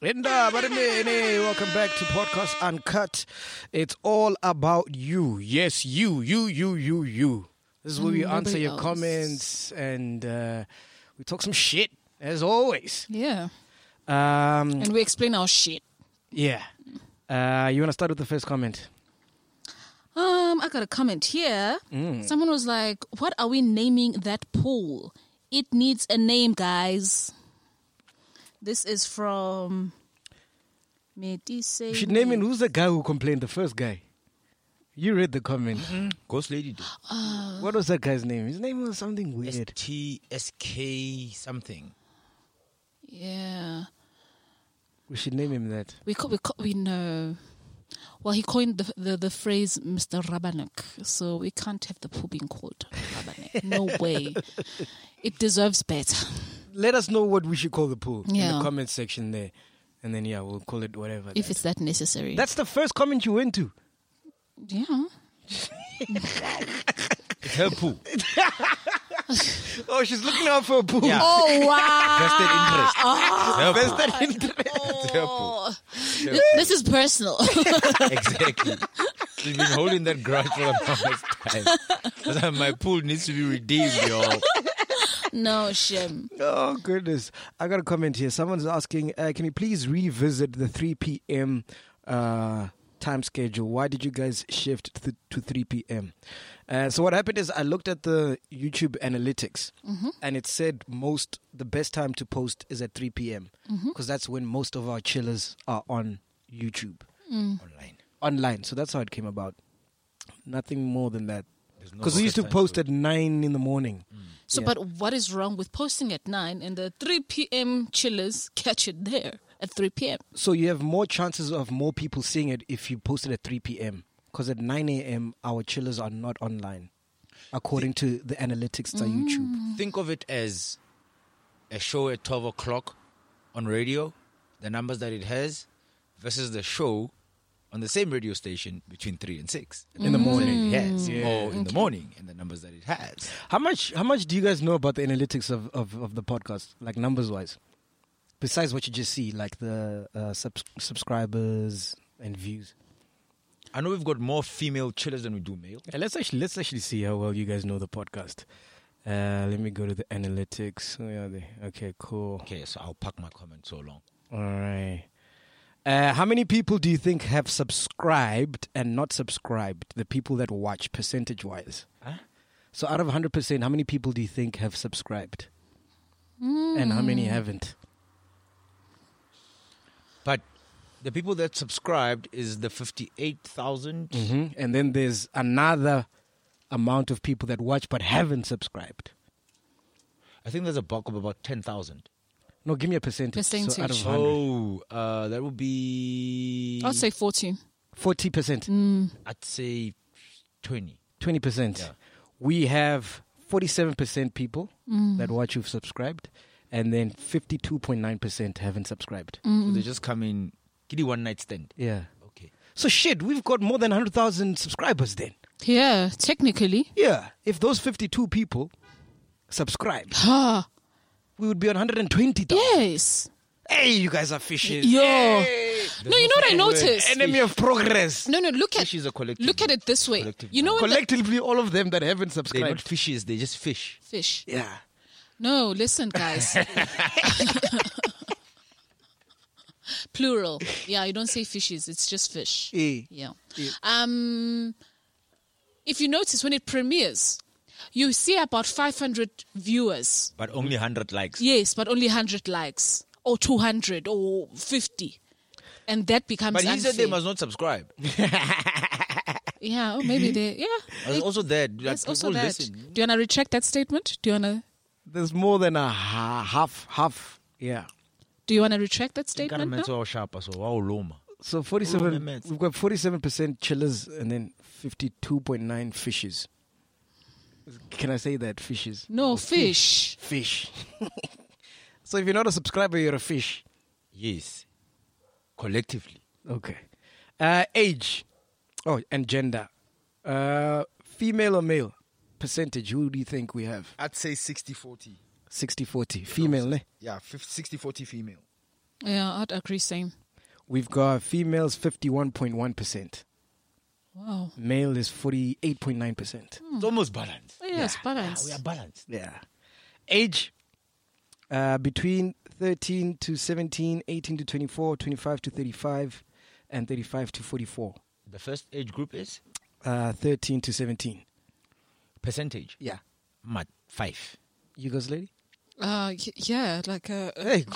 Linda, but welcome back to Podcast Uncut. It's all about you. Yes, you, you, you, you, you. This is where we Mm, answer nobody your else. comments and uh, we talk some shit, as always. Yeah. Um, And we explain our shit. yeah. Uh, you want to start with the first comment? Um, I got a comment here. Mm. Someone was like, What are we naming that pool? It needs a name, guys. This is from Medise. You should name Mm. him who's the guy who complained, the first guy. You read the comment. Mm-hmm. Ghost Lady What was that guy's name? His name was something S weird. T S K something. Yeah. We should name him that. We co- we co- we know. Well, he coined the, the, the phrase Mr. Rabanek, so we can't have the pool being called Rabanek. No way. It deserves better. Let us know what we should call the pool in Yeah. the comment section there. And then, yeah, we'll call it whatever. if that- it's that necessary. That's the first comment you went to. yeah. It's her poo. Oh, she's looking out for a pool. Yeah. Oh wow! Vested interest. Her poo. It's her poo. Oh. This is personal. Exactly. She's been holding that grudge for the longest time. That's why my pool needs to be redeemed, y'all. no shame. Oh, goodness. I got a comment here. Someone's asking, uh, can you please revisit the 3 p.m. Uh, time schedule? Why did you guys shift th- to 3 p.m.? Uh, so, what happened is I looked at the YouTube analytics and it said most, the best time to post is at 3 p.m. because that's when most of our chillers are on YouTube Online. online. So, that's how it came about. Nothing more than that. There's no Because we used to time Mm. post at 9 in the morning. So, Yeah. but what is wrong with posting at nine and the three p.m. chillers catch it there at three p.m. So you have more chances of more people seeing it if you post it at 3 p.m. Because at 9 a.m., our chillers are not online, according to the analytics to YouTube. Think of it as a show at 12 o'clock on radio, the numbers that it has, versus the show on the same radio station between 3 and 6. And In the the numbers morning. that it has. Or in the morning, and the numbers that it has. How much? How much do you guys know about the analytics of, of, of the podcast, like numbers wise? Besides what you just see, like the uh, subs- subscribers and views. I know we've got more female chillers than we do male. Yeah, let's actually let's actually see how well you guys know the podcast. Uh, let me go to the analytics. Where are they? Okay, cool. Okay, so I'll pack my comment so long. All right. Uh, how many people do you think have subscribed and not subscribed? The people that watch, percentage wise. So, out of 100%, how many people do you think have subscribed? And how many haven't? But the people that subscribed is the 58,000. hmm And then there's another amount of people that watch but haven't subscribed. I think there's a bulk of about 10,000. No, give me a percentage. So out of Percentage. 100. Oh, uh, that would be. I'd say fourteen. 40%. I'd say 20. 20%. Yeah. We have 47% people Mm. that watch who've subscribed, and then 52.9% haven't subscribed. Mm. So they just come in. Kitty one night stand. Yeah. Okay. So shit, we've got more than 100,000 subscribers then. Yeah, technically. Yeah. If those 52 people subscribed, Ah, we would be on 120,000. yes. Hey, you guys are fishes. Yo. Hey, No, you know what I noticed? enemy of progress. No, no. Look at Fishes are collective. look at it this way. collective You know when the Collectively, all of them that haven't They're not subscribed. fishes, they're just fish. fish. yeah. No, listen, guys. plural. Yeah, you don't say fishes. It's just fish. Eh. Yeah. Um, if you notice, when it premieres, you see about 500 viewers. But only 100 likes. Yes, but only 100 likes, or 200, or 50. And that becomes But he unfair. said they must not subscribe. Yeah, oh, maybe they. Yeah. It's It- also that. Like, that's also people that. listen. Do you want to recheck that statement? Do you want to? There's more than a ha- half, half. Yeah. Do you want to retract that statement? Governments now? are sharp as well. Wow, Loma. So 47, mates. we've got 47% chillers and then 52.9 fishes. Can I say that? Fishes. No fish. Fish. so if you're not a subscriber, you're a fish. Yes. Collectively. Okay. Uh, age. Oh, and gender. Uh, female or male? Percentage. Who do you think we have? I'd say 60 40. 60 40. Female, ne? Yeah, 50, 60 40 female. Yeah, I'd agree. Same. We've got females 51.1%. Wow. Male is 48.9%. Hmm. It's almost balanced. Oh, Yes, Yeah, balance. we are balanced. Yeah. Age? Uh, between 13 to 17, 18 to 24, 25 to 35, and 35 to 44. The first age group is Uh, 13 to 17. percentage. Yeah. Mat, five. You guys, lady? Uh, y- yeah, like uh, Hey,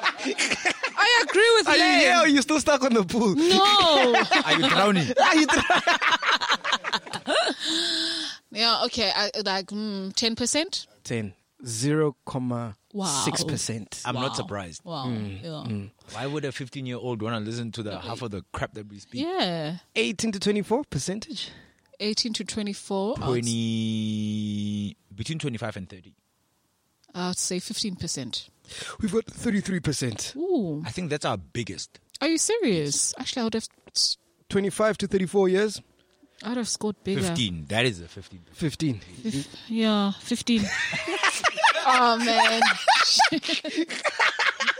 I agree with are you here or Len. you still stuck on the pool? No. Are you drowning? Are you trying- yeah. Okay. I, like mm, ten percent. 10. 0.6%. I'm not surprised. Wow. Yeah. Why would a 15 year old want to listen to the half of the crap that we speak? yeah. 18 to 24 percentage? Eighteen to twenty-four. I'd- 20, between 25 and 30. I'd, say fifteen percent. We've got 33%. Ooh. I think that's our biggest. Are you serious? Actually, I would have. 25 to 34 years? I'd have scored bigger. 15. That is a 15. 15. Yeah, fifteen. oh man.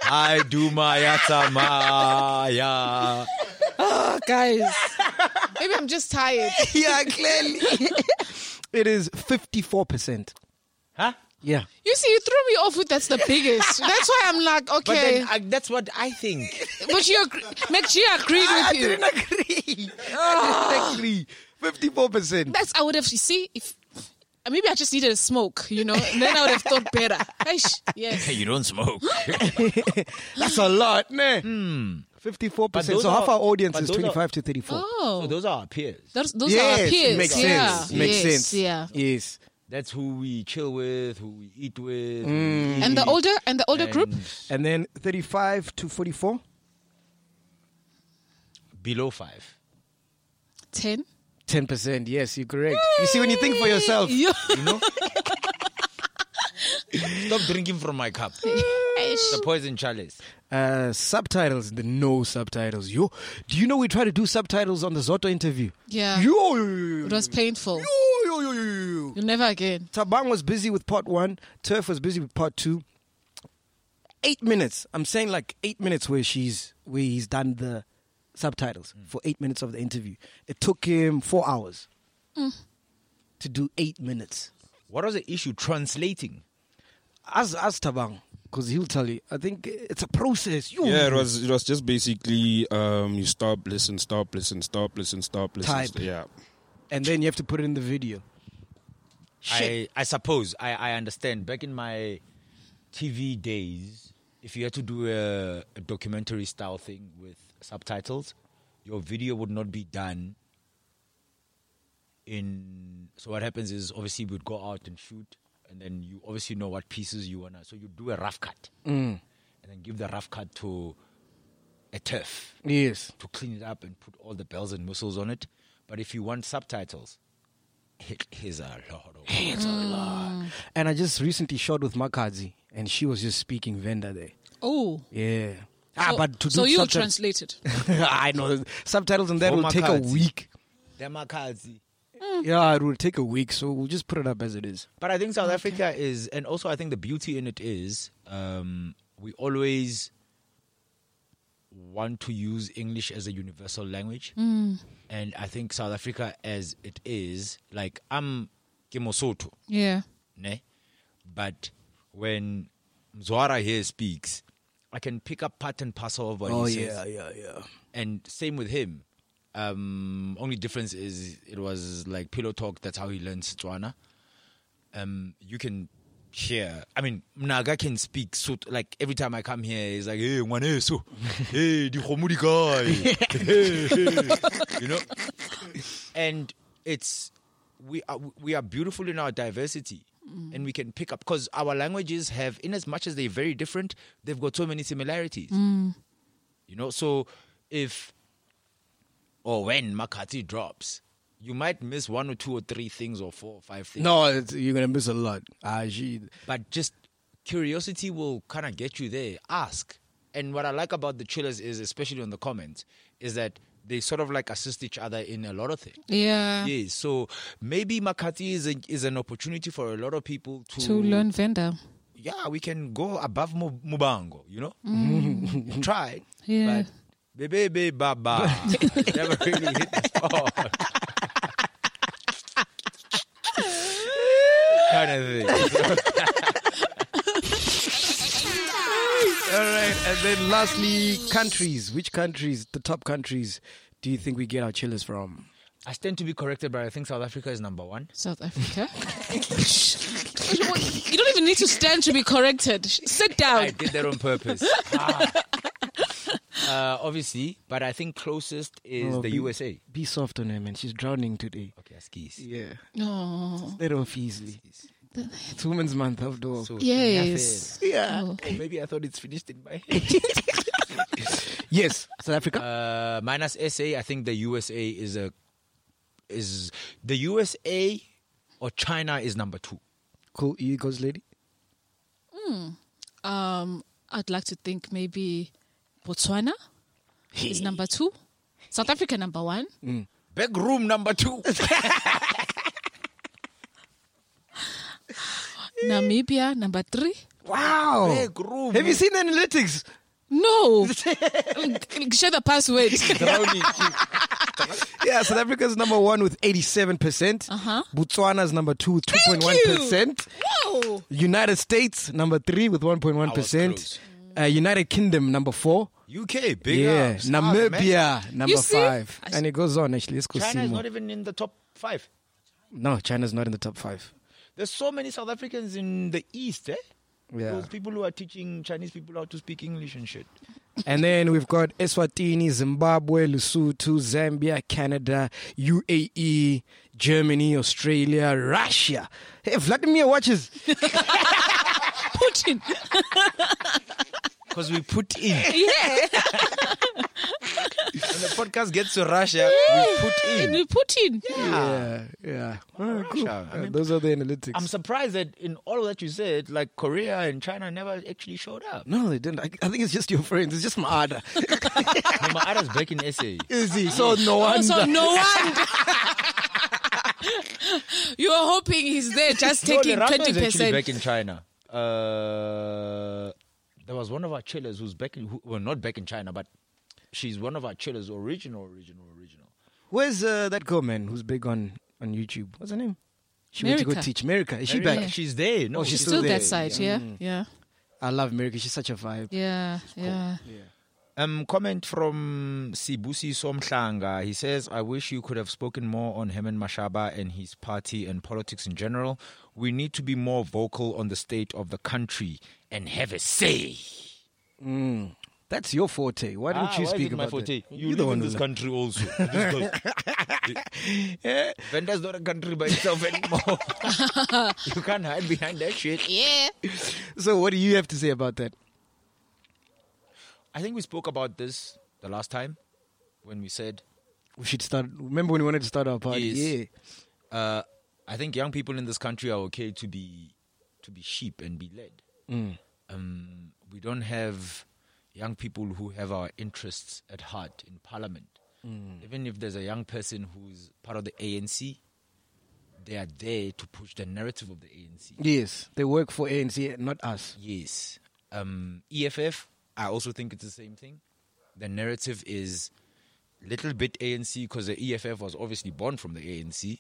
I do my atamaya. guys. Maybe I'm just tired. yeah, clearly. it is 54%. Huh? Yeah. You see, you threw me off with that's the biggest. That's why I'm like, But okay. then I, that's what I think. But, you agree, McG agreed with you. agree. I didn't agree. 54%. That's I would have you see if maybe I just needed a smoke, you know, and then I would have thought better. Eish, yes. you don't smoke. That's a lot, man. 54%. But those So half are- our audience but is those are- 25 to 34. so Oh, those are our peers. those, those yes, are our peers. Makes yeah. sense. Makes yes, sense. Yeah. Yes. That's who we chill with, who we eat with. Mm. And the older and the older group, And then 35 to 44? Below five. ten. 10%. Yes, you're correct. You see, when you think for yourself, You- Stop drinking from my cup. Eish. the poison chalice. uh, subtitles, the no subtitles. Yo, do you know we try to do subtitles on the Zoto interview? Yeah. Yo, yo, yo, yo, It was painful. yo, yo, yo, yo, yo. You'll never again. Tabang was busy with part one. Turf was busy with part two. Eight minutes. I'm saying like eight minutes where she's where he's done the subtitles Mm. for eight minutes of the interview. It took him four hours Mm. to do eight minutes. What was the issue translating? As as Tabang, because he'll tell you. I think it's a process. Yo. Yeah, it was it was just basically um, you stop, listen, stop, listen, stop, listen, stop, listen. Type. st- yeah, And then you have to put it in the video. I, I suppose I, I understand. Back in my TV days, if you had to do a, a documentary style thing with subtitles, your video would not be done in. So what happens is obviously we'd go out and shoot, and then you obviously know what pieces you wanna. So you do a rough cut, and then give the rough cut to a turf Yes. to clean it up and put all the bells and whistles on it. But if you want subtitles, it is a lot of work. And I just recently shot with Makazi, and she was just speaking Venda there. Oh. Yeah. ah, So- but to do so you subtitles- translated. I know subtitles and that For will take a Makazi. week. Demakazi. Yeah, it will take a week, so we'll just put it up as it is. But I think South Africa is, and also I think the beauty in it is um, we always want to use English as a universal language. Mm. And I think South Africa as it is, like I'm Kemosoto, Yeah. ne? But when Mzwara here speaks, I can pick up part and parcel of what Oh he says. yeah, yeah, yeah. and same with him. Um, only difference is it was like pillow talk. That's how he learned Setswana. Um, you can hear. I mean, Naga can speak. So like every time I come here, he's like, "Hey, one so, hey, the homudi guy, hey, hey," you know." And it's we are we are beautiful in our diversity. And we can pick up because our languages have, in as much as they're very different, they've got so many similarities. You know, so if or when Makati drops, you might miss one or two or three things or four or five things. No, it's, you're gonna miss a lot. Ah, gee. But just curiosity will kind of get you there. Ask. And what I like about the chillers is, especially on the comments, is that they sort of like assist each other in a lot of things. Yeah. Yes. So maybe Makati is, a, is an opportunity for a lot of people to, To learn vendor. Yeah, we can go above Mu- Mubango, you know? Mm. Try. Yeah. But baby, baba. It never really hit the spot. kind of thing. All right, and then lastly, countries. Which countries? The top countries. Do you think we get our chillers from? I stand to be corrected, but I think South Africa is number one. South Africa. you don't even need to stand to be corrected. Sit down. I did that on purpose. Ah. uh, obviously, but I think closest is Oh, the be- USA. Be soft on her, man. She's drowning today. Okay, I skis. Yeah, No. let her off easily. It's Women's Month after all. So, Yes. yeah. Oh. Or maybe I thought it's finished in my head. Yes, South Africa. Uh, minus SA, I think the USA is a is the USA or China is number two. cool. You goes, lady. Um, I'd like to think maybe Botswana is number two, South Africa number one, Big room number two. Namibia number three. Wow. Big room. Have you seen analytics? No, share the password. Drowning. Yeah, South Africa's number one with 87%. Uh-huh. Botswana's number two with Thank 2.1%. Whoa. United States, number three with I was 1.1%. close. Uh, United Kingdom, number four. UK, big yeah. ups. Ah, Namibia, number You see? five. I And it goes on, actually. Let's go China see is more. not even in the top five. no, China's not in the top five. There's so many South Africans in the East, eh? Yeah. Those people who are teaching Chinese people how to speak English and shit. And then we've got Eswatini, Zimbabwe, Lesotho, Zambia, Canada, UAE, Germany, Australia, Russia. Hey, Vladimir watches. Putin. Because we put in. Yeah. when the podcast gets to Russia, we put in. Putin. Yeah, yeah. Oh, cool. Russia. I Yeah, mean, Those are the analytics. I'm surprised that in all that you said, like Korea and China never actually showed up. no, they didn't. I, I think it's just your friends. It's just Maada. No, my other's back in SA. Is he? So no Oh, one. so no wonder. you were hoping he's there, just taking no, Lerato twenty is actually back percent. in China. Uh, there was one of our chillers who's back in, who, well, not back in China, but she's one of our chillers, original, original, original. Where's uh, that girl, man, who's big on, on YouTube? What's her name? She went to go Merica. teach. America. Is she Mary- back? She's there. No, Oh, she's She's still there, that side. Yeah. Mm. Yeah. I love America. She's such a vibe. Yeah. Yeah. Um, comment from Sibusi Somhlanga. He says, I wish you could have spoken more on Herman Mashaba and his party and politics in general. We need to be more vocal on the state of the country and have a say. That's your forte. Why don't Ah, you why is speak it about my that? forte? You You're the live one in who this lo- country also. Venda's not a country by itself anymore. you can't hide behind that shit. Yeah. So what do you have to say about that? I think we spoke about this the last time when we said, We should start. Remember when we wanted to start our party? Yes. uh, I think young people in this country are okay to be to be sheep and be led. Um, we don't have young people who have our interests at heart in parliament. Even if there's a young person who's part of the ANC, they are there to push the narrative of the ANC. Yeah. Yes. They work for ANC, not us. Yes. Um, EFF, I also think it's the same thing. The narrative is little bit ANC because the EFF was obviously born from the ANC,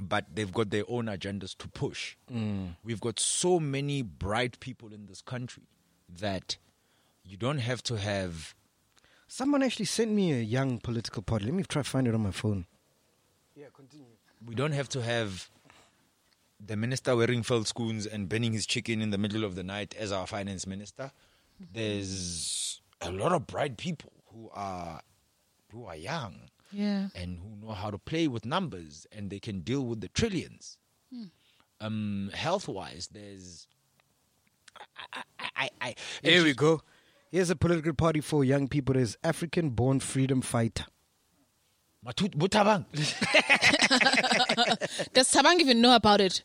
but they've got their own agendas to push. We've got so many bright people in this country. that you don't have to have Someone actually sent me a young political party. Let me try to find it on my phone. we don't have to have the minister wearing felt scoons and burning his chicken in the middle of the night as our finance minister. There's a lot of bright people who are who are young Yeah. and who know how to play with numbers and they can deal with the trillions. Um, health wise, there's I I I, I Here we go. Here's a political party for young people. There's African Born Freedom Fighter. Matut Butabang. Does Tabang even know about it?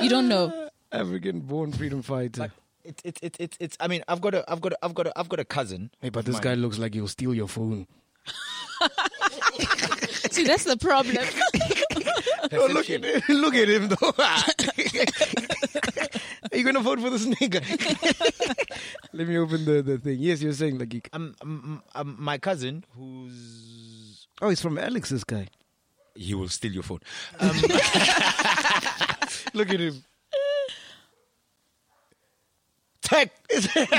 You don't know. African Born Freedom Fighter. It's it's it's it's it's. I mean, I've got a I've got a I've got a I've got a cousin. hey, but this guy looks like he'll steal your phone. See, that's the problem. Oh, look at him. Look at him, though. Are you gonna vote for this nigga? Let me open the, the thing. Yes, you're saying like you. c- Um, um, um, my cousin who's Oh, he's from Alex. This guy. he will steal your phone. Look at him. Tech.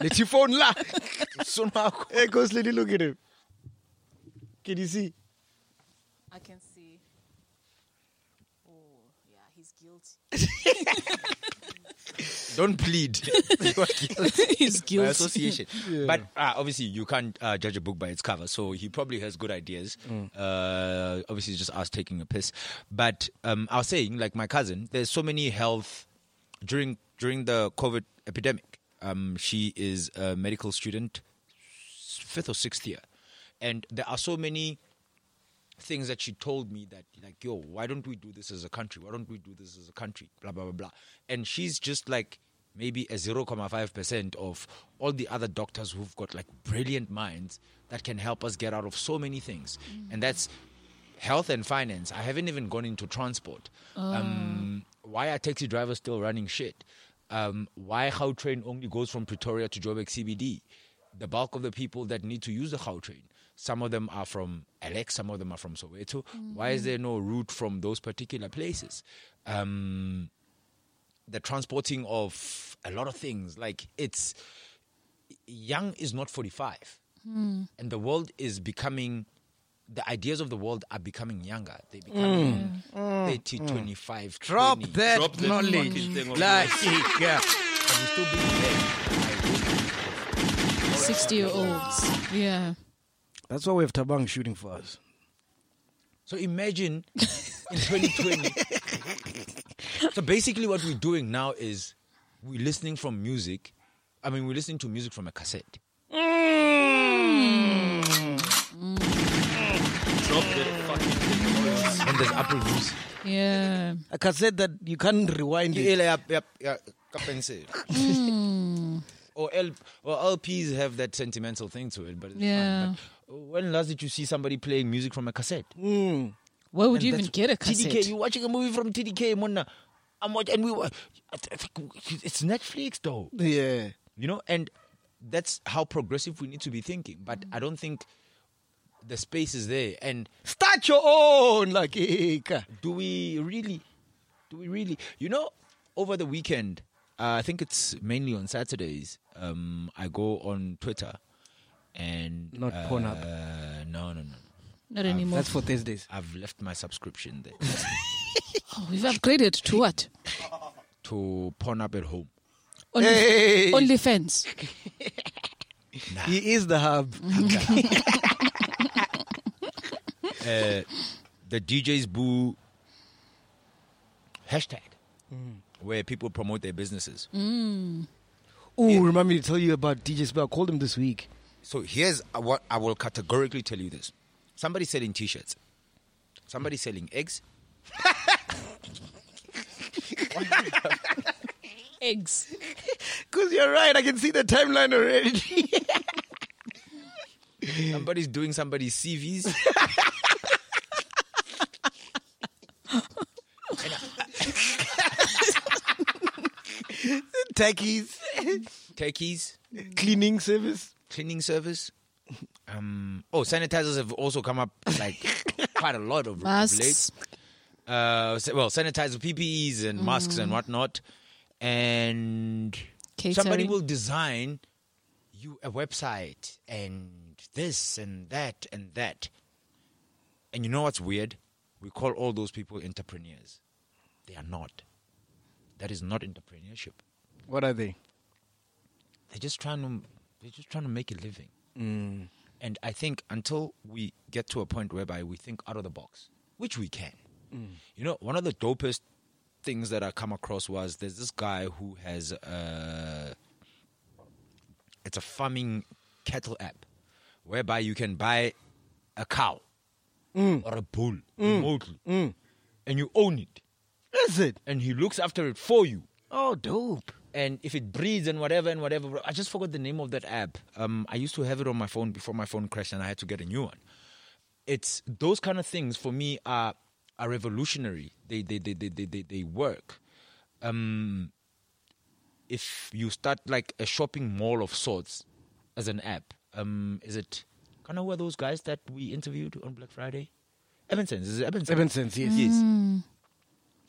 Let your phone la. Sunako. Hey, Ghostly, look at him. Can you see? I can see. Oh, yeah, he's guilty. Don't plead. he's by guilty. association. But uh, obviously, you can't uh, judge a book by its cover. So he probably has good ideas. Uh, obviously, it's just us taking a piss. But um, I was saying, like my cousin, there's so many health during during the COVID epidemic. Um, she is a medical student, s- fifth or sixth year, and there are so many things that she told me that like yo why don't we do this as a country why don't we do this as a country blah blah blah blah and she's just like maybe a 0.5% of all the other doctors who've got like brilliant minds that can help us get out of so many things and that's health and finance i haven't even gone into transport um, why are taxi drivers still running shit um, why how train only goes from pretoria to joburg cbd the bulk of the people that need to use the Gautrain, train, some of them are from Alex, some of them are from Soweto. Why is there no route from those particular places? Um, the transporting of a lot of things, like it's young is not 45, and the world is becoming. The ideas of the world are becoming younger. They becoming 30, 25, 20. Drop that knowledge. fucking thing of La chica. But we still being led by- 60 year olds. Yeah. That's why we have Tabang shooting for us. So imagine in 2020. so basically, what we're doing now is we're listening from music. I mean, we're listening to music from a cassette. Drop that fucking thing of yours. And there's Apple Music. Yeah. A cassette that you can't rewind it. Or, L- or LPs have that sentimental thing to it, but it's Yeah. fine. But when last did you see somebody playing music from a cassette? Where would you And even that's- get a cassette? TDK, you're watching a movie from TDK, Mona. I'm watching, and we were. I think It's Netflix, though. Yeah. you know and that's how progressive we need to be thinking but i don't think the space is there and Start your own, like Ika. do we really do we really you know over the weekend uh, i think it's mainly on saturdays um, i go on twitter and Not uh, Pornhub. no no no Not anymore. That's for Thursdays. i've left my subscription there Oh, we've upgraded to what? to porn up at home Only, Hey. only fans. He is the hub. uh, the DJ's Boo hashtag, Mm. where people promote their businesses. Mm. Ooh, remind me to tell you about DJ Spell. I called him this week. So here's what I will categorically tell you this: somebody selling T-shirts, somebody selling eggs, Eggs. Because you're right. I can see the timeline already. somebody's doing somebody's CVs. Techies. Turkeys, Cleaning service. cleaning service. Um, oh, sanitizers have also come up like quite a lot of of late. Masks. Mm. Uh, sa- well, sanitizer, PPEs, and masks and whatnot, and K somebody Catering. will design you a website and this and that and that. And you know what's weird? We call all those people entrepreneurs. They are not. That is not entrepreneurship. What are they? They're just trying to they're just trying to make a living. Mm. And I think until we get to a point whereby we think out of the box, which we can. You know, one of the dopest things that I come across was there's this guy who has uh it's a farming cattle app whereby you can buy a cow or a bull remotely and you own it. Is it? And he looks after it for you Oh, dope. and if it breeds and whatever and whatever. I just forgot the name of that app. Um, I used to have it on my phone before my phone crashed, and I had to get a new one. It's those kind of things for me are are revolutionary. They they they they they they, they work. Um, if you start like a shopping mall of sorts as an app, um, is it kind of who are those guys that we interviewed on Black Friday? Evanson's is it Evanson's? Evanston's, yes. Yes.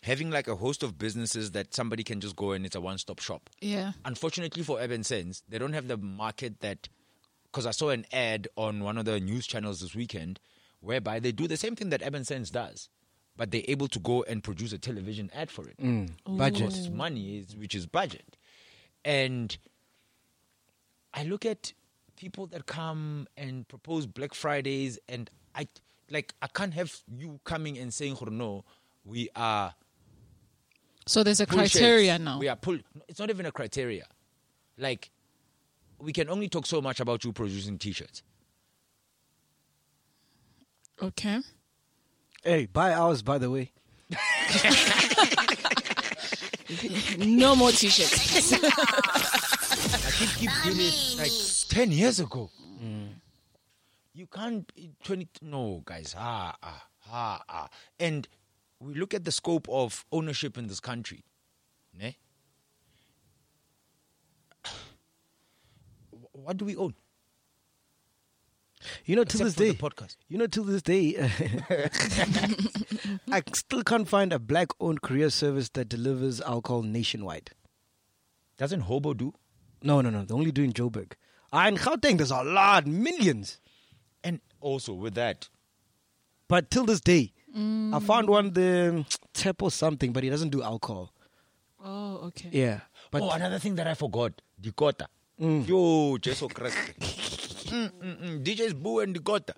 Having like a host of businesses that somebody can just go and it's a one stop shop Yeah. unfortunately for Urban Sense, they don't have the market that. Because I saw an ad on one of the news channels this weekend whereby they do the same thing that Urban Sense does, but they're able to go and produce a television ad for it. Budget. Costs money, is, which is budget. And I look at people that come and propose Black Fridays, and I like I can't have you coming and saying, "Hore, "No, we are So there's a pull shades. criteria now. We are pull. It's not even a criteria. Like, we can only talk so much about you producing t-shirts. Okay. Hey, buy ours, by the way. No more t-shirts. I keep keep doing it like ten years ago. You can't be twenty. No, guys. Ah, ah, ah, ah. And we look at the scope of ownership in this country. Ne? What do we own? You know, Except till this for the day, podcast. You know, till this day, I still can't find a black-owned courier service that delivers alcohol nationwide. Doesn't Hobo do? No, no, no. They only do in Joburg. Ah, in Gauteng, there's a lot, millions. And also with that, But till this day, I found one the tap or something, but he doesn't do alcohol. oh, okay. Yeah, but oh, another thing that I forgot, Dakota. Mm. Yo, Jesus Christ. Mm, mm, mm. DJs Boo and Dakota.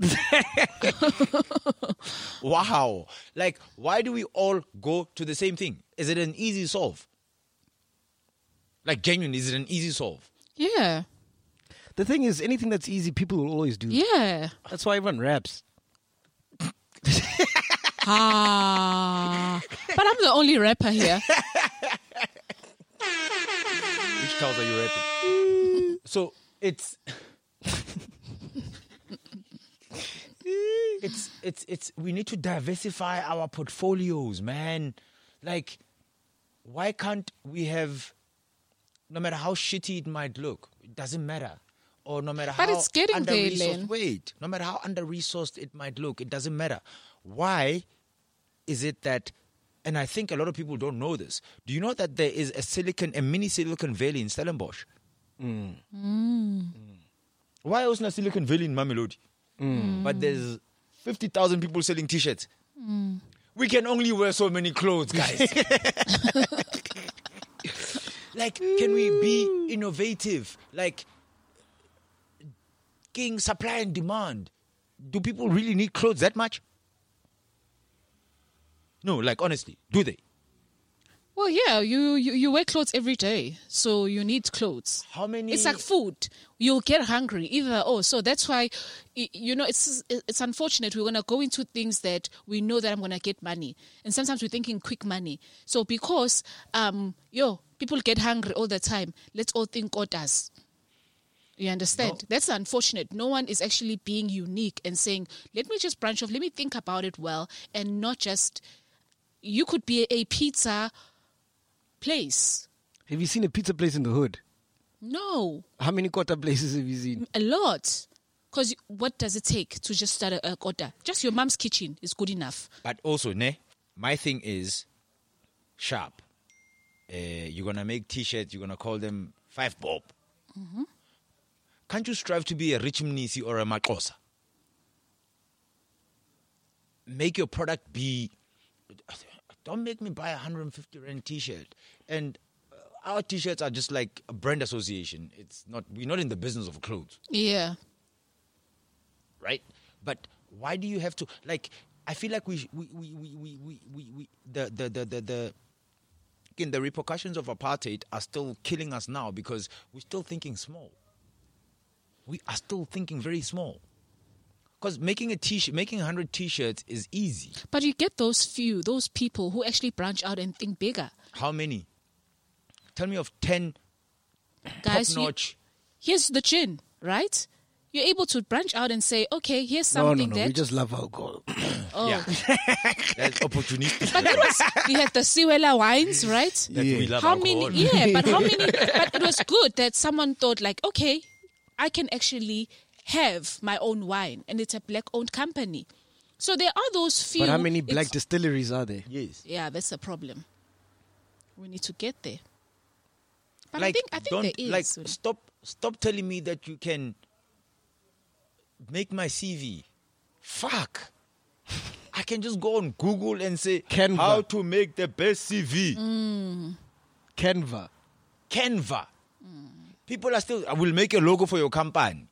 wow. Like, why do we all go to the same thing? Is it an easy solve? Like, genuinely, is it an easy solve? Yeah. the thing is, anything that's easy, people will always do. Yeah. That's why everyone raps. Ah. but I'm the only rapper here. Which cows are you rapping? so, it's. it's it's it's we need to diversify our portfolios, man. Like, why can't we have, no matter how shitty it might look, it doesn't matter, or no matter But how it's getting there, under-resourced- Len. Wait, no matter how under resourced it might look, it doesn't matter. Why is it that? And I think a lot of people don't know this. Do you know that there is a silicon, a mini Silicon Valley in Stellenbosch? Mm. Why was not Silicon Valley in Mamelodi? Mm. But there's 50,000 people selling t shirts. Mm. We can only wear so many clothes, guys. like, can we be Mm. innovative? Like, king supply and demand. Do people really need clothes that much? No, like, honestly, do they? Well, yeah, you, you you wear clothes every day, so you need clothes. How many- It's like food. You'll get hungry either. Oh, so that's why, y- you know, it's it's unfortunate. We're gonna go into things that we know that I'm gonna get money, and sometimes we're thinking quick money. So because um yo people get hungry all the time, let's all think orders. You understand? That's unfortunate. No one is actually being unique and saying, let me just branch off, let me think about it well, and not just. You could be a pizza place. Have you seen a pizza place in the hood? No, How many quarter places have you seen? a lot. Because what does it take to just start a, a order? Just your mom's kitchen is good enough. But also, ne, my Eh, thing is sharp. Uh, you're gonna make t-shirts. You're gonna call them five bob. Can't you strive to be a rich Mnisi or a Makosa? Make your product be. Don't make me buy a 150 rand t shirt. And uh, our t shirts are just like a brand association. It's not, we're not in the business of clothes Yeah. right? But why do you have to like? I feel like we we we we we we, we, we the, the the the the again the repercussions of apartheid are still killing us now because we're still thinking small. We are still thinking very small. Because making a t-shirt, making hundred t-shirts is easy. But you get those few, those people who actually branch out and think bigger. How many? Tell me of ten Guys, you- top-notch. here's the chin, right? You're able to branch out and say, okay, here's No, something no, no. that. We just love our goal. oh. Yeah, that's opportunistic. But that was, we had the Siwela wines, right? That we love how alcohol. many yeah but how many but it was good that someone thought like okay i can actually have my own wine and it's a black owned company so there are those few But how many black it's- distilleries are there? Yes. yeah that's the problem we need to get there but like, i think i think don't, there is Like, Sule. stop, stop telling me that you can make my CV. Fuck. I can just go on Google and say Canva. how to make the best CV. Mm. Canva. Canva. Mm. People are still. I will make a logo for your company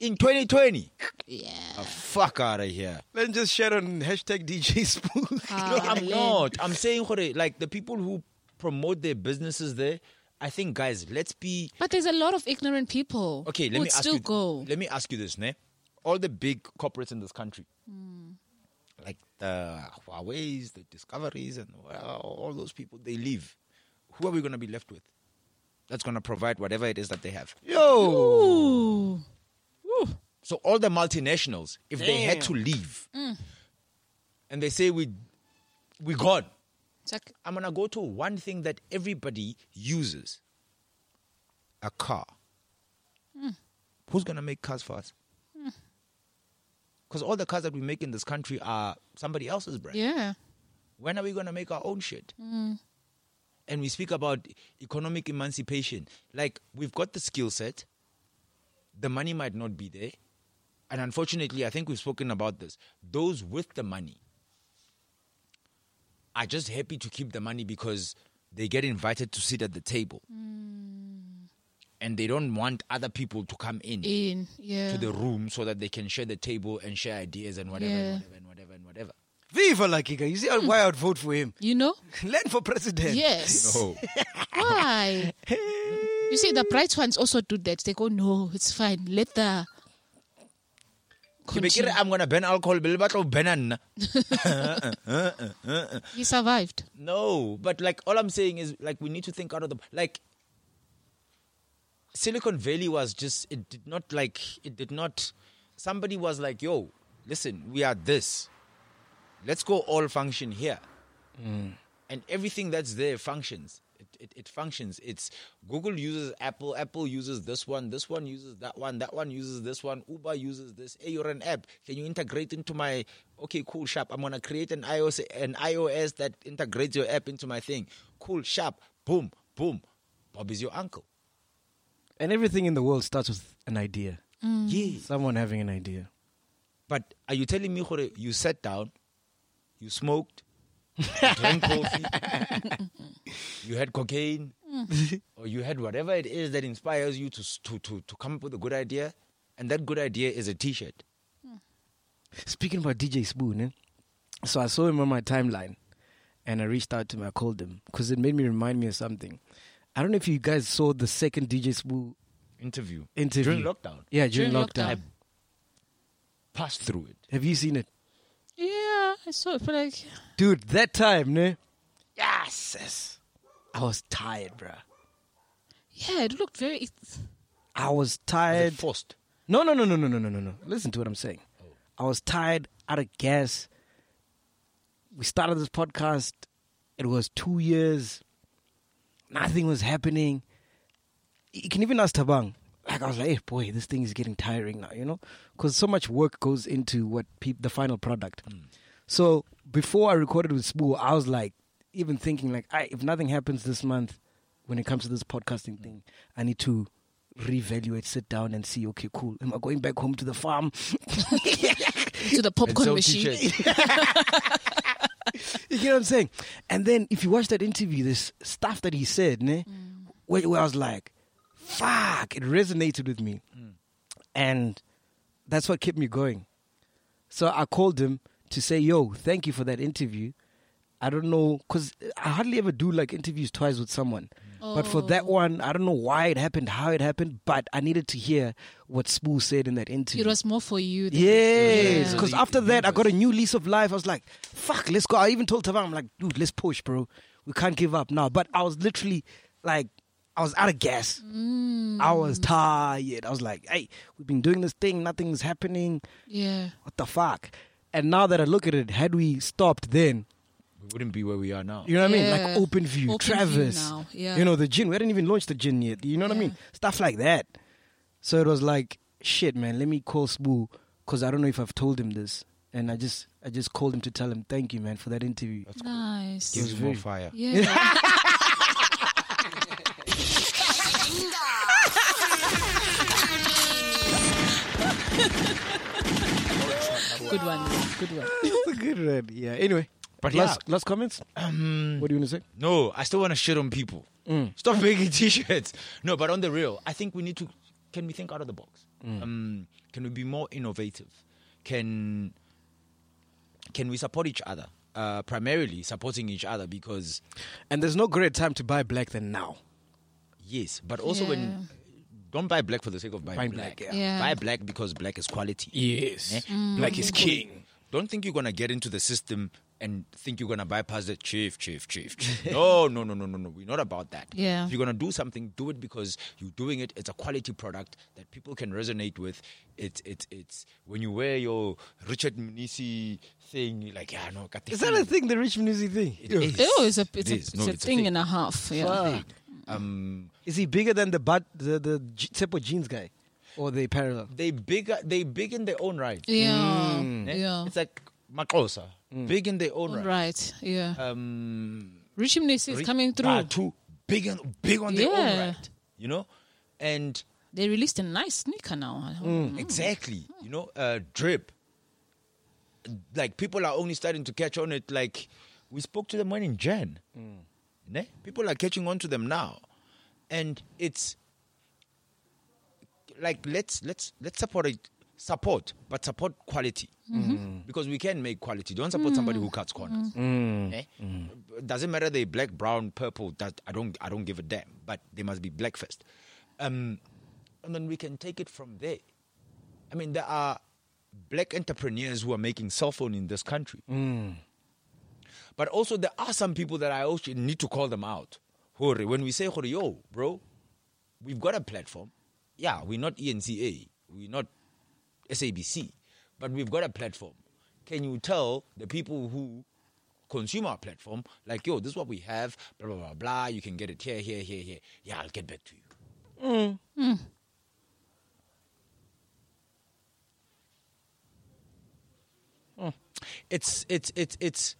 in 2020. yeah Ah, Fuck out of here. Then just share on hashtag DJ Spook. no, I'm not. I'm saying, gore, like the people who promote their businesses there. I think, guys, let's be but there's a lot of ignorant people Okay, let who me would ask still you. go Let me ask you this, ne? All the big corporates in this country, like the Huawei's, the Discoveries, and well, all those people, they leave. Who are we going to be left with? That's going to provide whatever it is that they have. Yo. Ooh. So all the multinationals, if they had to leave, and they say we, we gone. It's like, I'm gonna go to one thing that everybody uses: a car. Who's gonna make cars for us? Because all the cars that we make in this country are somebody else's brand. yeah When are we gonna make our own shit? And we speak about economic emancipation. Like we've got the skill set. The money might not be there, and unfortunately, I think we've spoken about this. Those with the money are just happy to keep the money because they get invited to sit at the table. And they don't want other people to come in in yeah to the room so that they can share the table and share ideas and whatever, Yeah. Hmm. and whatever, and whatever, and whatever. Viva La Kika. You see how- why I would vote for him. you know Land for president. yes No. Why? you see, the bright ones also do that. They go, no, it's fine. Let the. Ke be ke re, Continue. I'm going to ban alcohol. be le batla ho ban-a nna. He survived. No, but like all I'm saying is like we need to think out of the like Silicon Valley was just it did not like it did not somebody was like, "Yo, listen, we are this. Let's go all function here." And everything that's there functions. It, it, it functions. It's Google uses Apple, Apple uses this one, this one uses that one, that one uses this one, Uber uses this. Hey, you're an app. Can you integrate into my okay, cool, sharp. I'm gonna create an iOS an iOS that integrates your app into my thing. Cool, sharp, boom, boom. Bob is your uncle. And everything in the world starts with an idea. Yeah. Someone having an idea. But are you telling me, Jorge, you sat down, you smoked, you drank coffee, you had cocaine, Mm. or you had whatever it is that inspires you to, s- to, to, to come up with a good idea, and that good idea is a t shirt? Speaking about DJ Spoon, eh? so I saw him on my timeline and I reached out to him. I called him because it made me remind me of something. I don't know if you guys saw the second DJ Spoon Interview. interview. During lockdown. Yeah, during, During lockdown. lockdown. Pass through it. Have you seen it? Yeah, I saw it. But like, Dude, that time, ne? Yes. yes. I was tired, bruh. yeah, it looked very. It's, I was Was it tired. forced. No, no, no, no, no, no, no, no, no. Listen to what I'm saying. I was tired, out of gas. We started this podcast. It was two years. Nothing was happening. You can even ask Tabang. Like I was like, hey, boy, this thing is getting tiring now, you know, because so much work goes into what peop the final product. So before I recorded with Spoo, I was like, even thinking like, I, if nothing happens this month, when it comes to this podcasting thing, I need to reevaluate, sit down, and see. Okay, cool. Am I going back home to the farm? to the popcorn sell machine. t-shirts. you know what I'm saying? And then if you watch that interview, this stuff that he said, ne, where, where I was like, fuck, it resonated with me. And that's what kept me going. So I called him to say, yo, thank you for that interview. I don't know, because I hardly ever do like interviews twice with someone. But for that one, I don't know why it happened, how it happened, but I needed to hear what Spoo said in that interview. It was more for you. Than Yes, Yeah. because after that I got a new lease of life. I was like, "Fuck, let's go." I even told Tavan, "I'm like, dude, let's push, bro. We can't give up now." But I was literally like, I was out of gas. I was tired. I was like, "Hey, we've been doing this thing, nothing's happening. Yeah. What the fuck?" And now that I look at it, had we stopped then, We wouldn't be where we are now. you know what I mean? Yeah. Like Open View, Open View Travis. now, yeah. You know, the gin. We hadn't even launched the gin yet. You know what I Yeah. mean? Stuff like that. So it was like, shit, man, let me call Spoo because I don't know if I've told him this. And I just I just called him to tell him, thank you, man, for that interview. Nice. Gives you more fire. Yeah. Good one. Good one. That's a good one. Yeah. Anyway. But last, yeah. last comments? Um, what do you want to say? No, I still want to shit on people. Stop making t-shirts. No, but on the real, I think we need to. Can we think out of the box? Um, can we be more innovative? Can Can we support each other? Uh, primarily supporting each other because And there's no greater time to buy black than now. yes, but also when don't buy black for the sake of buying, Buying black. black, yeah. Yeah. Buy black because black is quality. Eh? Yes. Mm. Don't think you- Don't think you're gonna get into the system and think you're gonna bypass the chief, chief, chief. chief. no, no, no, no, no, no. We're not about that. Yeah. If you're gonna do something, do it because you're doing it. It's a quality product that people can resonate with. It's it's it's when you wear your Richard Munisi thing, you're like yeah, no, got the Is that a feeling." thing, the rich music thing? It is. Oh, it's a it's, a, is. it's No, a it's a thing thing. and a half. Yeah. Um, Is he bigger than the but the the J- Tsepo jeans guy, or they parallel? they bigger. They big in their own right. Yeah. Eh? Yeah. Mm. It's like Makosa, big in their own Right. right. Yeah. Um, Richie Mnisi is Re- coming through. Batu, big on big on their Yeah. own right. You know? And They released a nice sneaker now. Mm. exactly, you know, uh drip. Like people are only starting to catch on it like we spoke to them when in Jan. Ne? People are catching on to them now. And it's like let's let's let's support it support but support quality Mm-hmm. because we can make quality don't support somebody who cuts corners Eh? doesn't matter they black brown purple that i don't i don't give a damn but they must be black first um and then we can take it from there i mean there are black entrepreneurs who are making cell phone in this country but also there are some people that i also need to call them out Hore, when we say Hore, yo bro we've got a platform. Yeah, we're not E ENCA, we're not SABC, but we've got a platform. Can you tell the people who consume our platform, like, yo, this is what we have, blah, blah, blah, blah, you can get it here, here, here, here. Yeah, I'll get back to you. It's, it's, it's, it's,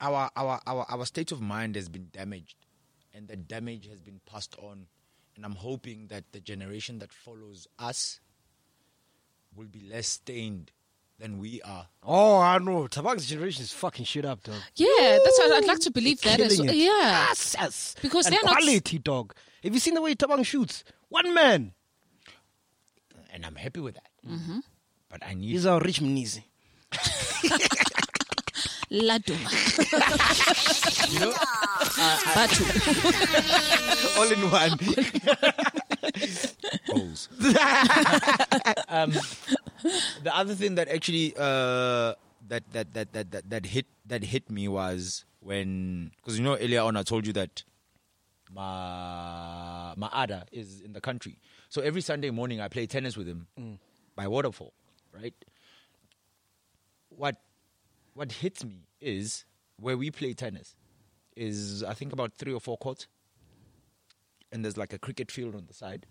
our, our, our, our state of mind has been damaged, and the damage has been passed on. And I'm hoping that the generation that follows us will be less stained than we are. Oh, I know. Tabak's generation is fucking shit up, dog. Yeah, that's why I'd like to believe that as Killing well. it. Yeah. Yes, yes. Because and they're not- quality, dog. Have you seen the way Tabang shoots? One man. and I'm happy with that. But I need He's our rich mnizi. Laduma. you know, Batu. All in one. goals. um, the other thing that actually uh, that, that, that that that that hit that hit me was when because you know earlier on I told you that my my ada is in the country, so every Sunday morning I play tennis with him by waterfall, right? What what hits me is where we play tennis is I think about three or four courts, and there's like a cricket field on the side.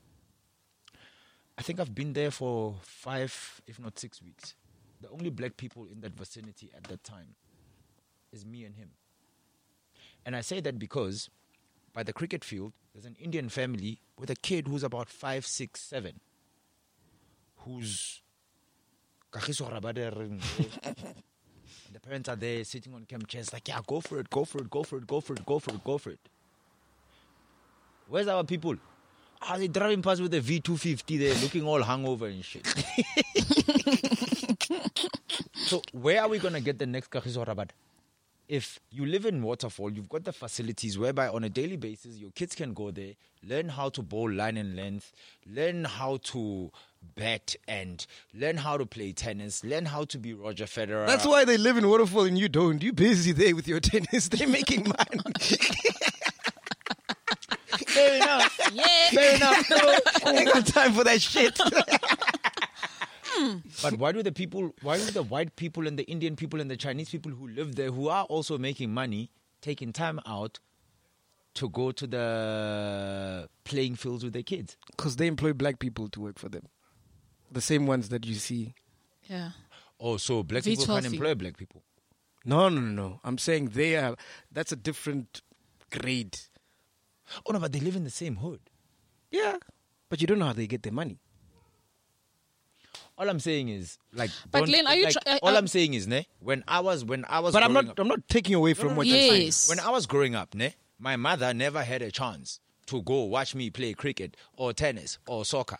I think I've been there for five, if not six weeks. The only black people in that vicinity at that time is me and him. And I say that because by the cricket field, there's an Indian family with a kid who's about five, six, seven, who's Kagiso Rabada Ring. And the parents are there sitting on camp chairs, like, yeah, go for it, go for it, go for it, go for it, go for it, go for it. Where's our people? Are they driving past with a V250 there, looking all hungover and shit? so, where are we going to get the next Kagiso Rabada? if you live in Waterfall, you've got the facilities whereby on a daily basis your kids can go there, learn how to bowl line and length, learn how to bat and learn how to play tennis, learn how to be Roger Federer. That's why they live in Waterfall and you don't. You busy there with your tennis. They're making money. fair enough. Yeah. Fair enough. ain't got time for that shit. But why do the people, why do the white people and the Indian people and the Chinese people who live there, who are also making money, taking time out to go to the playing fields with their kids? Because they employ black people to work for them. The same ones that you see. Yeah. Oh, so black V12 people can't thing. employ black people. No, no, no, no. I'm saying they are. That's a different grade. Oh no, but they live in the same hood. Yeah. But you don't know how they get their money. All I'm saying is like. But don't- Glenn, are you like, try- I- all I- I'm saying is, ne, when I was when I was. But I'm growing not. up- I'm not taking away from what you're saying. Yes. when I was growing up, ne, my mother never had a chance to go watch me play cricket or tennis or soccer.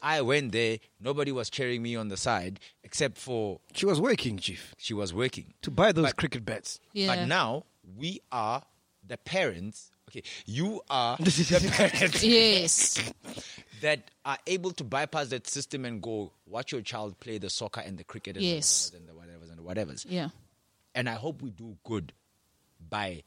I went there. Nobody was cheering me on the side except for She was working, chief, she was working. to buy those cricket bats. Yeah. But now we are the parents. Okay, you are the parents. Yes. that are able to bypass that system and go watch your child play the soccer and the cricket and Yes. the whatevers and the whatevers and the whatevers. Yeah. And I hope we do good by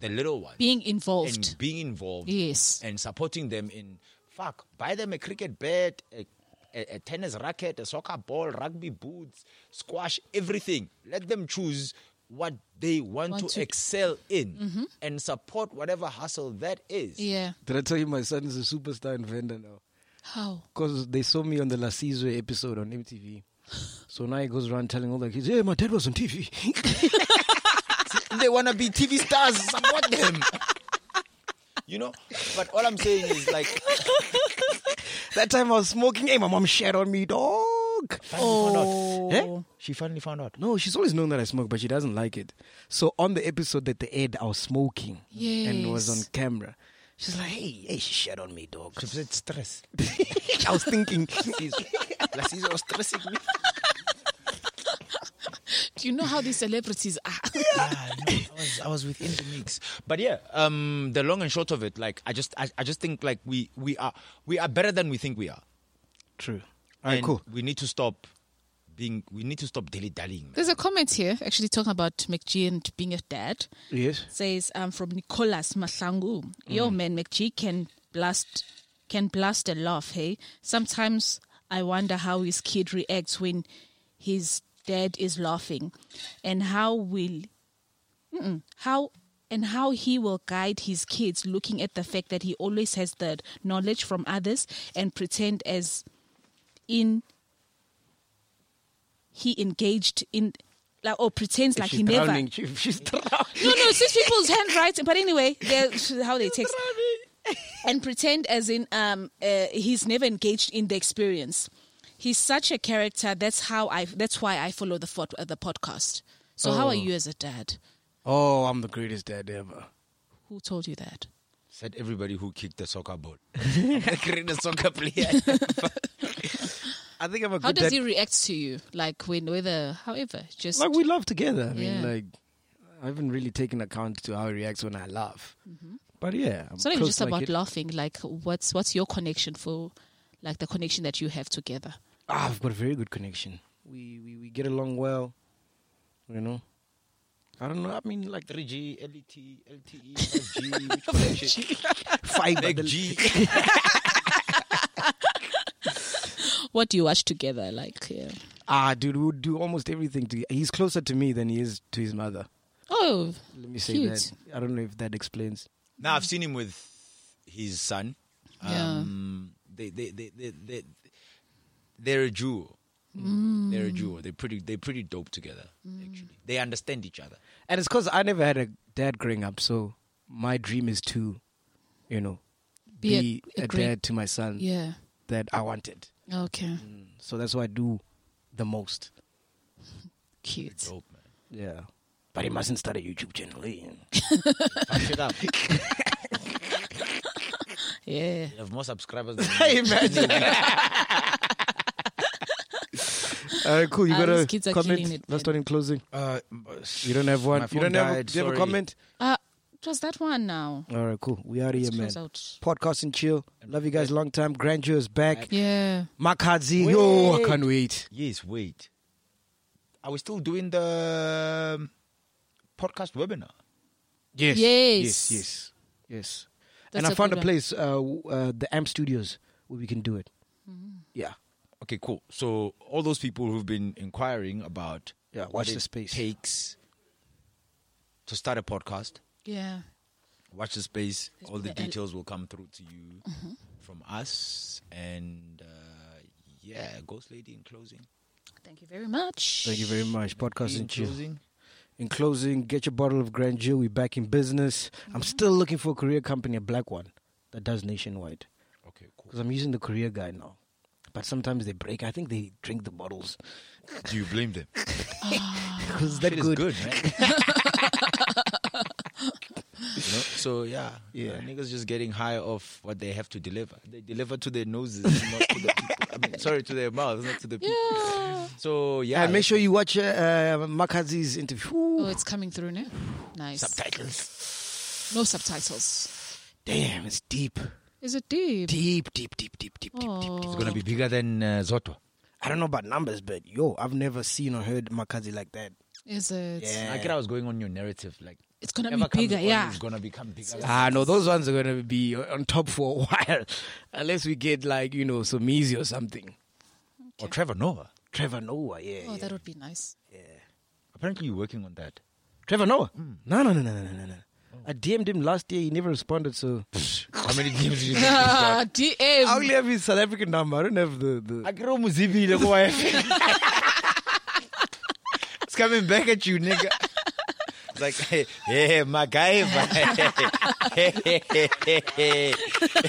the little ones Being involved. and being involved Yes. and supporting them in fuck, buy them a cricket bat, a, a, a tennis racket, a soccer ball, rugby boots, squash, everything. Let them choose what they want, Want to, to- Mm-hmm. excel in and support whatever hustle that is. Yeah. Did I tell you my son is a superstar in Venda now? How? Because they saw me on the La Sizwe episode on MTV. So now he goes around telling all the kids, hey, my dad was on TV. they want to be TV stars. Support them. You know, but all I'm saying is like, that time I was smoking. Hey, my mom shared on me, dog. oh, Eh? she finally found out. No, she's always known that I smoke, but she doesn't like it. So on the episode that they aired, I was smoking and was on Yes. camera. She's like, hey, hey, she shared on me, dog. She said stress. I was thinking, La Caesar was stressing me. Do you know how these celebrities are? Yeah, no, I was I was within the mix. But yeah, um, the long and short of it, like I just I, I just think like we we are we are better than we think we are. true. All right, And cool. We need to stop being. We need to stop dilly dallying. There's a comment here actually talking about McGee and being a dad. Yes. says um, from Nicholas Mahlangu. Yo, Mm. man, McGee can blast, can blast a laugh. Hey, sometimes I wonder how his kid reacts when his dad is laughing, and how will, Mm-mm. how and how he will guide his kids, looking at the fact that he always has the knowledge from others and pretend as in he engaged in. Like, or pretends like she's he never drowning. She, she's drowning. no, no, it's just people's handwriting. But anyway, they're how they text and pretend as in um uh, he's never engaged in the experience. He's such a character. That's how I. That's why I follow the fort, uh, the podcast. So how are you as a dad? Oh, I'm the greatest dad ever. Who told you that? Said everybody who kicked the soccer ball. the greatest soccer player. I think I'm a good How does dad. he react to you? Like when, whether, however, just like we laugh together. I mean, Yeah. like I haven't really taken account to how he reacts when I laugh. But yeah, I'm Mm-hmm. it's not even close just like about it. laughing. Like what's what's your connection for, like the connection that you have together? Ah, I've got a very good connection. We we, we get along well. You know, I don't know. I mean, like 3G, E LTE, LTE, 5G, which one is shit? fiber. Big the- G. What do you watch together? Like yeah. Ah, dude, we would do almost everything. To, he's closer to me than he is to his mother. oh, Let me say Cute. that. I don't know if that explains. Now I've seen him with his son. Yeah. Um, they, they, they, they, they, they're a duo. They're a duo. They're pretty. They're pretty dope together. Actually, they understand each other. And it's because I never had a dad growing up, so my dream is to you know, Be a- be a a, great- dad to my son Yeah. that I wanted. Okay. So that's what I do the most. Cute. Dope, man. Yeah. But he mustn't start a YouTube channel. eh? Fuck it up. Yeah. You have more subscribers than me. All right, cool. You Ah, got these a kids are comment? killing it, Last man. one in closing. Uh, You don't have one. my you phone don't have. died, do you have a sorry. comment? Uh, it was that one now. All right, cool. We out of here, man. Close out. Podcast and chill. Love you guys. Long time. Grandeur is back. Yeah. Makazi, yo, I can't wait. Yes, wait. Are we still doing the um, podcast webinar? Yes. Yes. Yes. Yes. Yes. That's and I a found a good one. place, uh, w- uh, the Amp Studios, where we can do it. Mm-hmm. Yeah. Okay, cool. So all those people who've been inquiring about Yeah, what watch it the space. takes to start a podcast, Yeah. watch the space. All the put the L- details will come through to you from us. And uh, yeah, Ghost Lady in closing. Thank you very much. Thank you very much. Podcast In and chill. closing. In closing, get your bottle of Grandeur. We're back in business. Mm-hmm. I'm still looking for a career company, a black one, that does nationwide. Okay, cool. Because I'm using the career guy now. But sometimes they break. I think they drink the bottles. Do you blame them? Because that It is good. good, man. You know, So yeah, Yeah. yeah, niggas just getting high off what they have to deliver. They deliver to their noses, not to the people. I mean, sorry, to their mouths, not to the people. So yeah, And make sure you watch uh, uh, Makazi's interview. Whew. Oh, it's coming through now. Nice. Subtitles. No subtitles. Damn, it's deep. Is it deep? Deep, deep, deep, deep, deep, deep, deep, Oh. it's deep. gonna be bigger than uh, Zoto. I don't know about numbers, but yo, I've never seen or heard Makazi like that. Is it? Yeah. I get I was going on your narrative, like It's gonna whoever be comes bigger. on Yeah. is gonna become bigger. Ah, no, those ones are going to be on top for a while. Unless we get, like, you know, some easy or something. Or Trevor Noah. Trevor Noah, yeah. oh, yeah. that would be nice. Apparently, you're working on that. Trevor Noah? Hmm. No, no, no, no, no, no, no. no. I DM'd him last year. He never responded, so. How many games did you Ah, I DM. only have his South African number. I don't have the. the... It's coming back at you, nigga. It's like, hey, hey, MacGyver. Hey, hey, hey, hey, hey,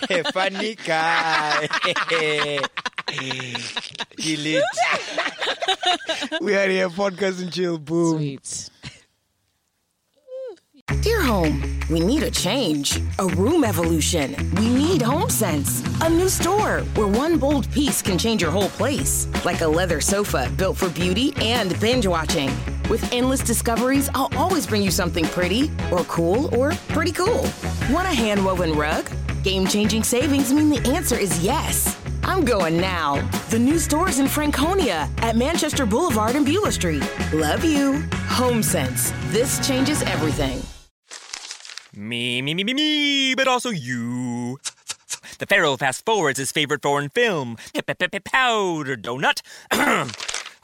hey, funny guy. Hey, hey. Kill it. we are here, podcast and chill. Boom. Sweet. Dear home, we need a change, a room evolution. We need HomeSense, a new store where one bold piece can change your whole place, like a leather sofa built for beauty and binge watching. With endless discoveries, I'll always bring you something pretty or cool or pretty cool. Want a hand woven rug? Game changing savings mean the answer is yes. I'm going now. The new store's in Franconia at Manchester Boulevard and Beulah Street. Love you. HomeSense. This changes everything. Me, me, me, me, me, but also you. The Pharaoh fast forwards his favorite foreign film, Powder Donut.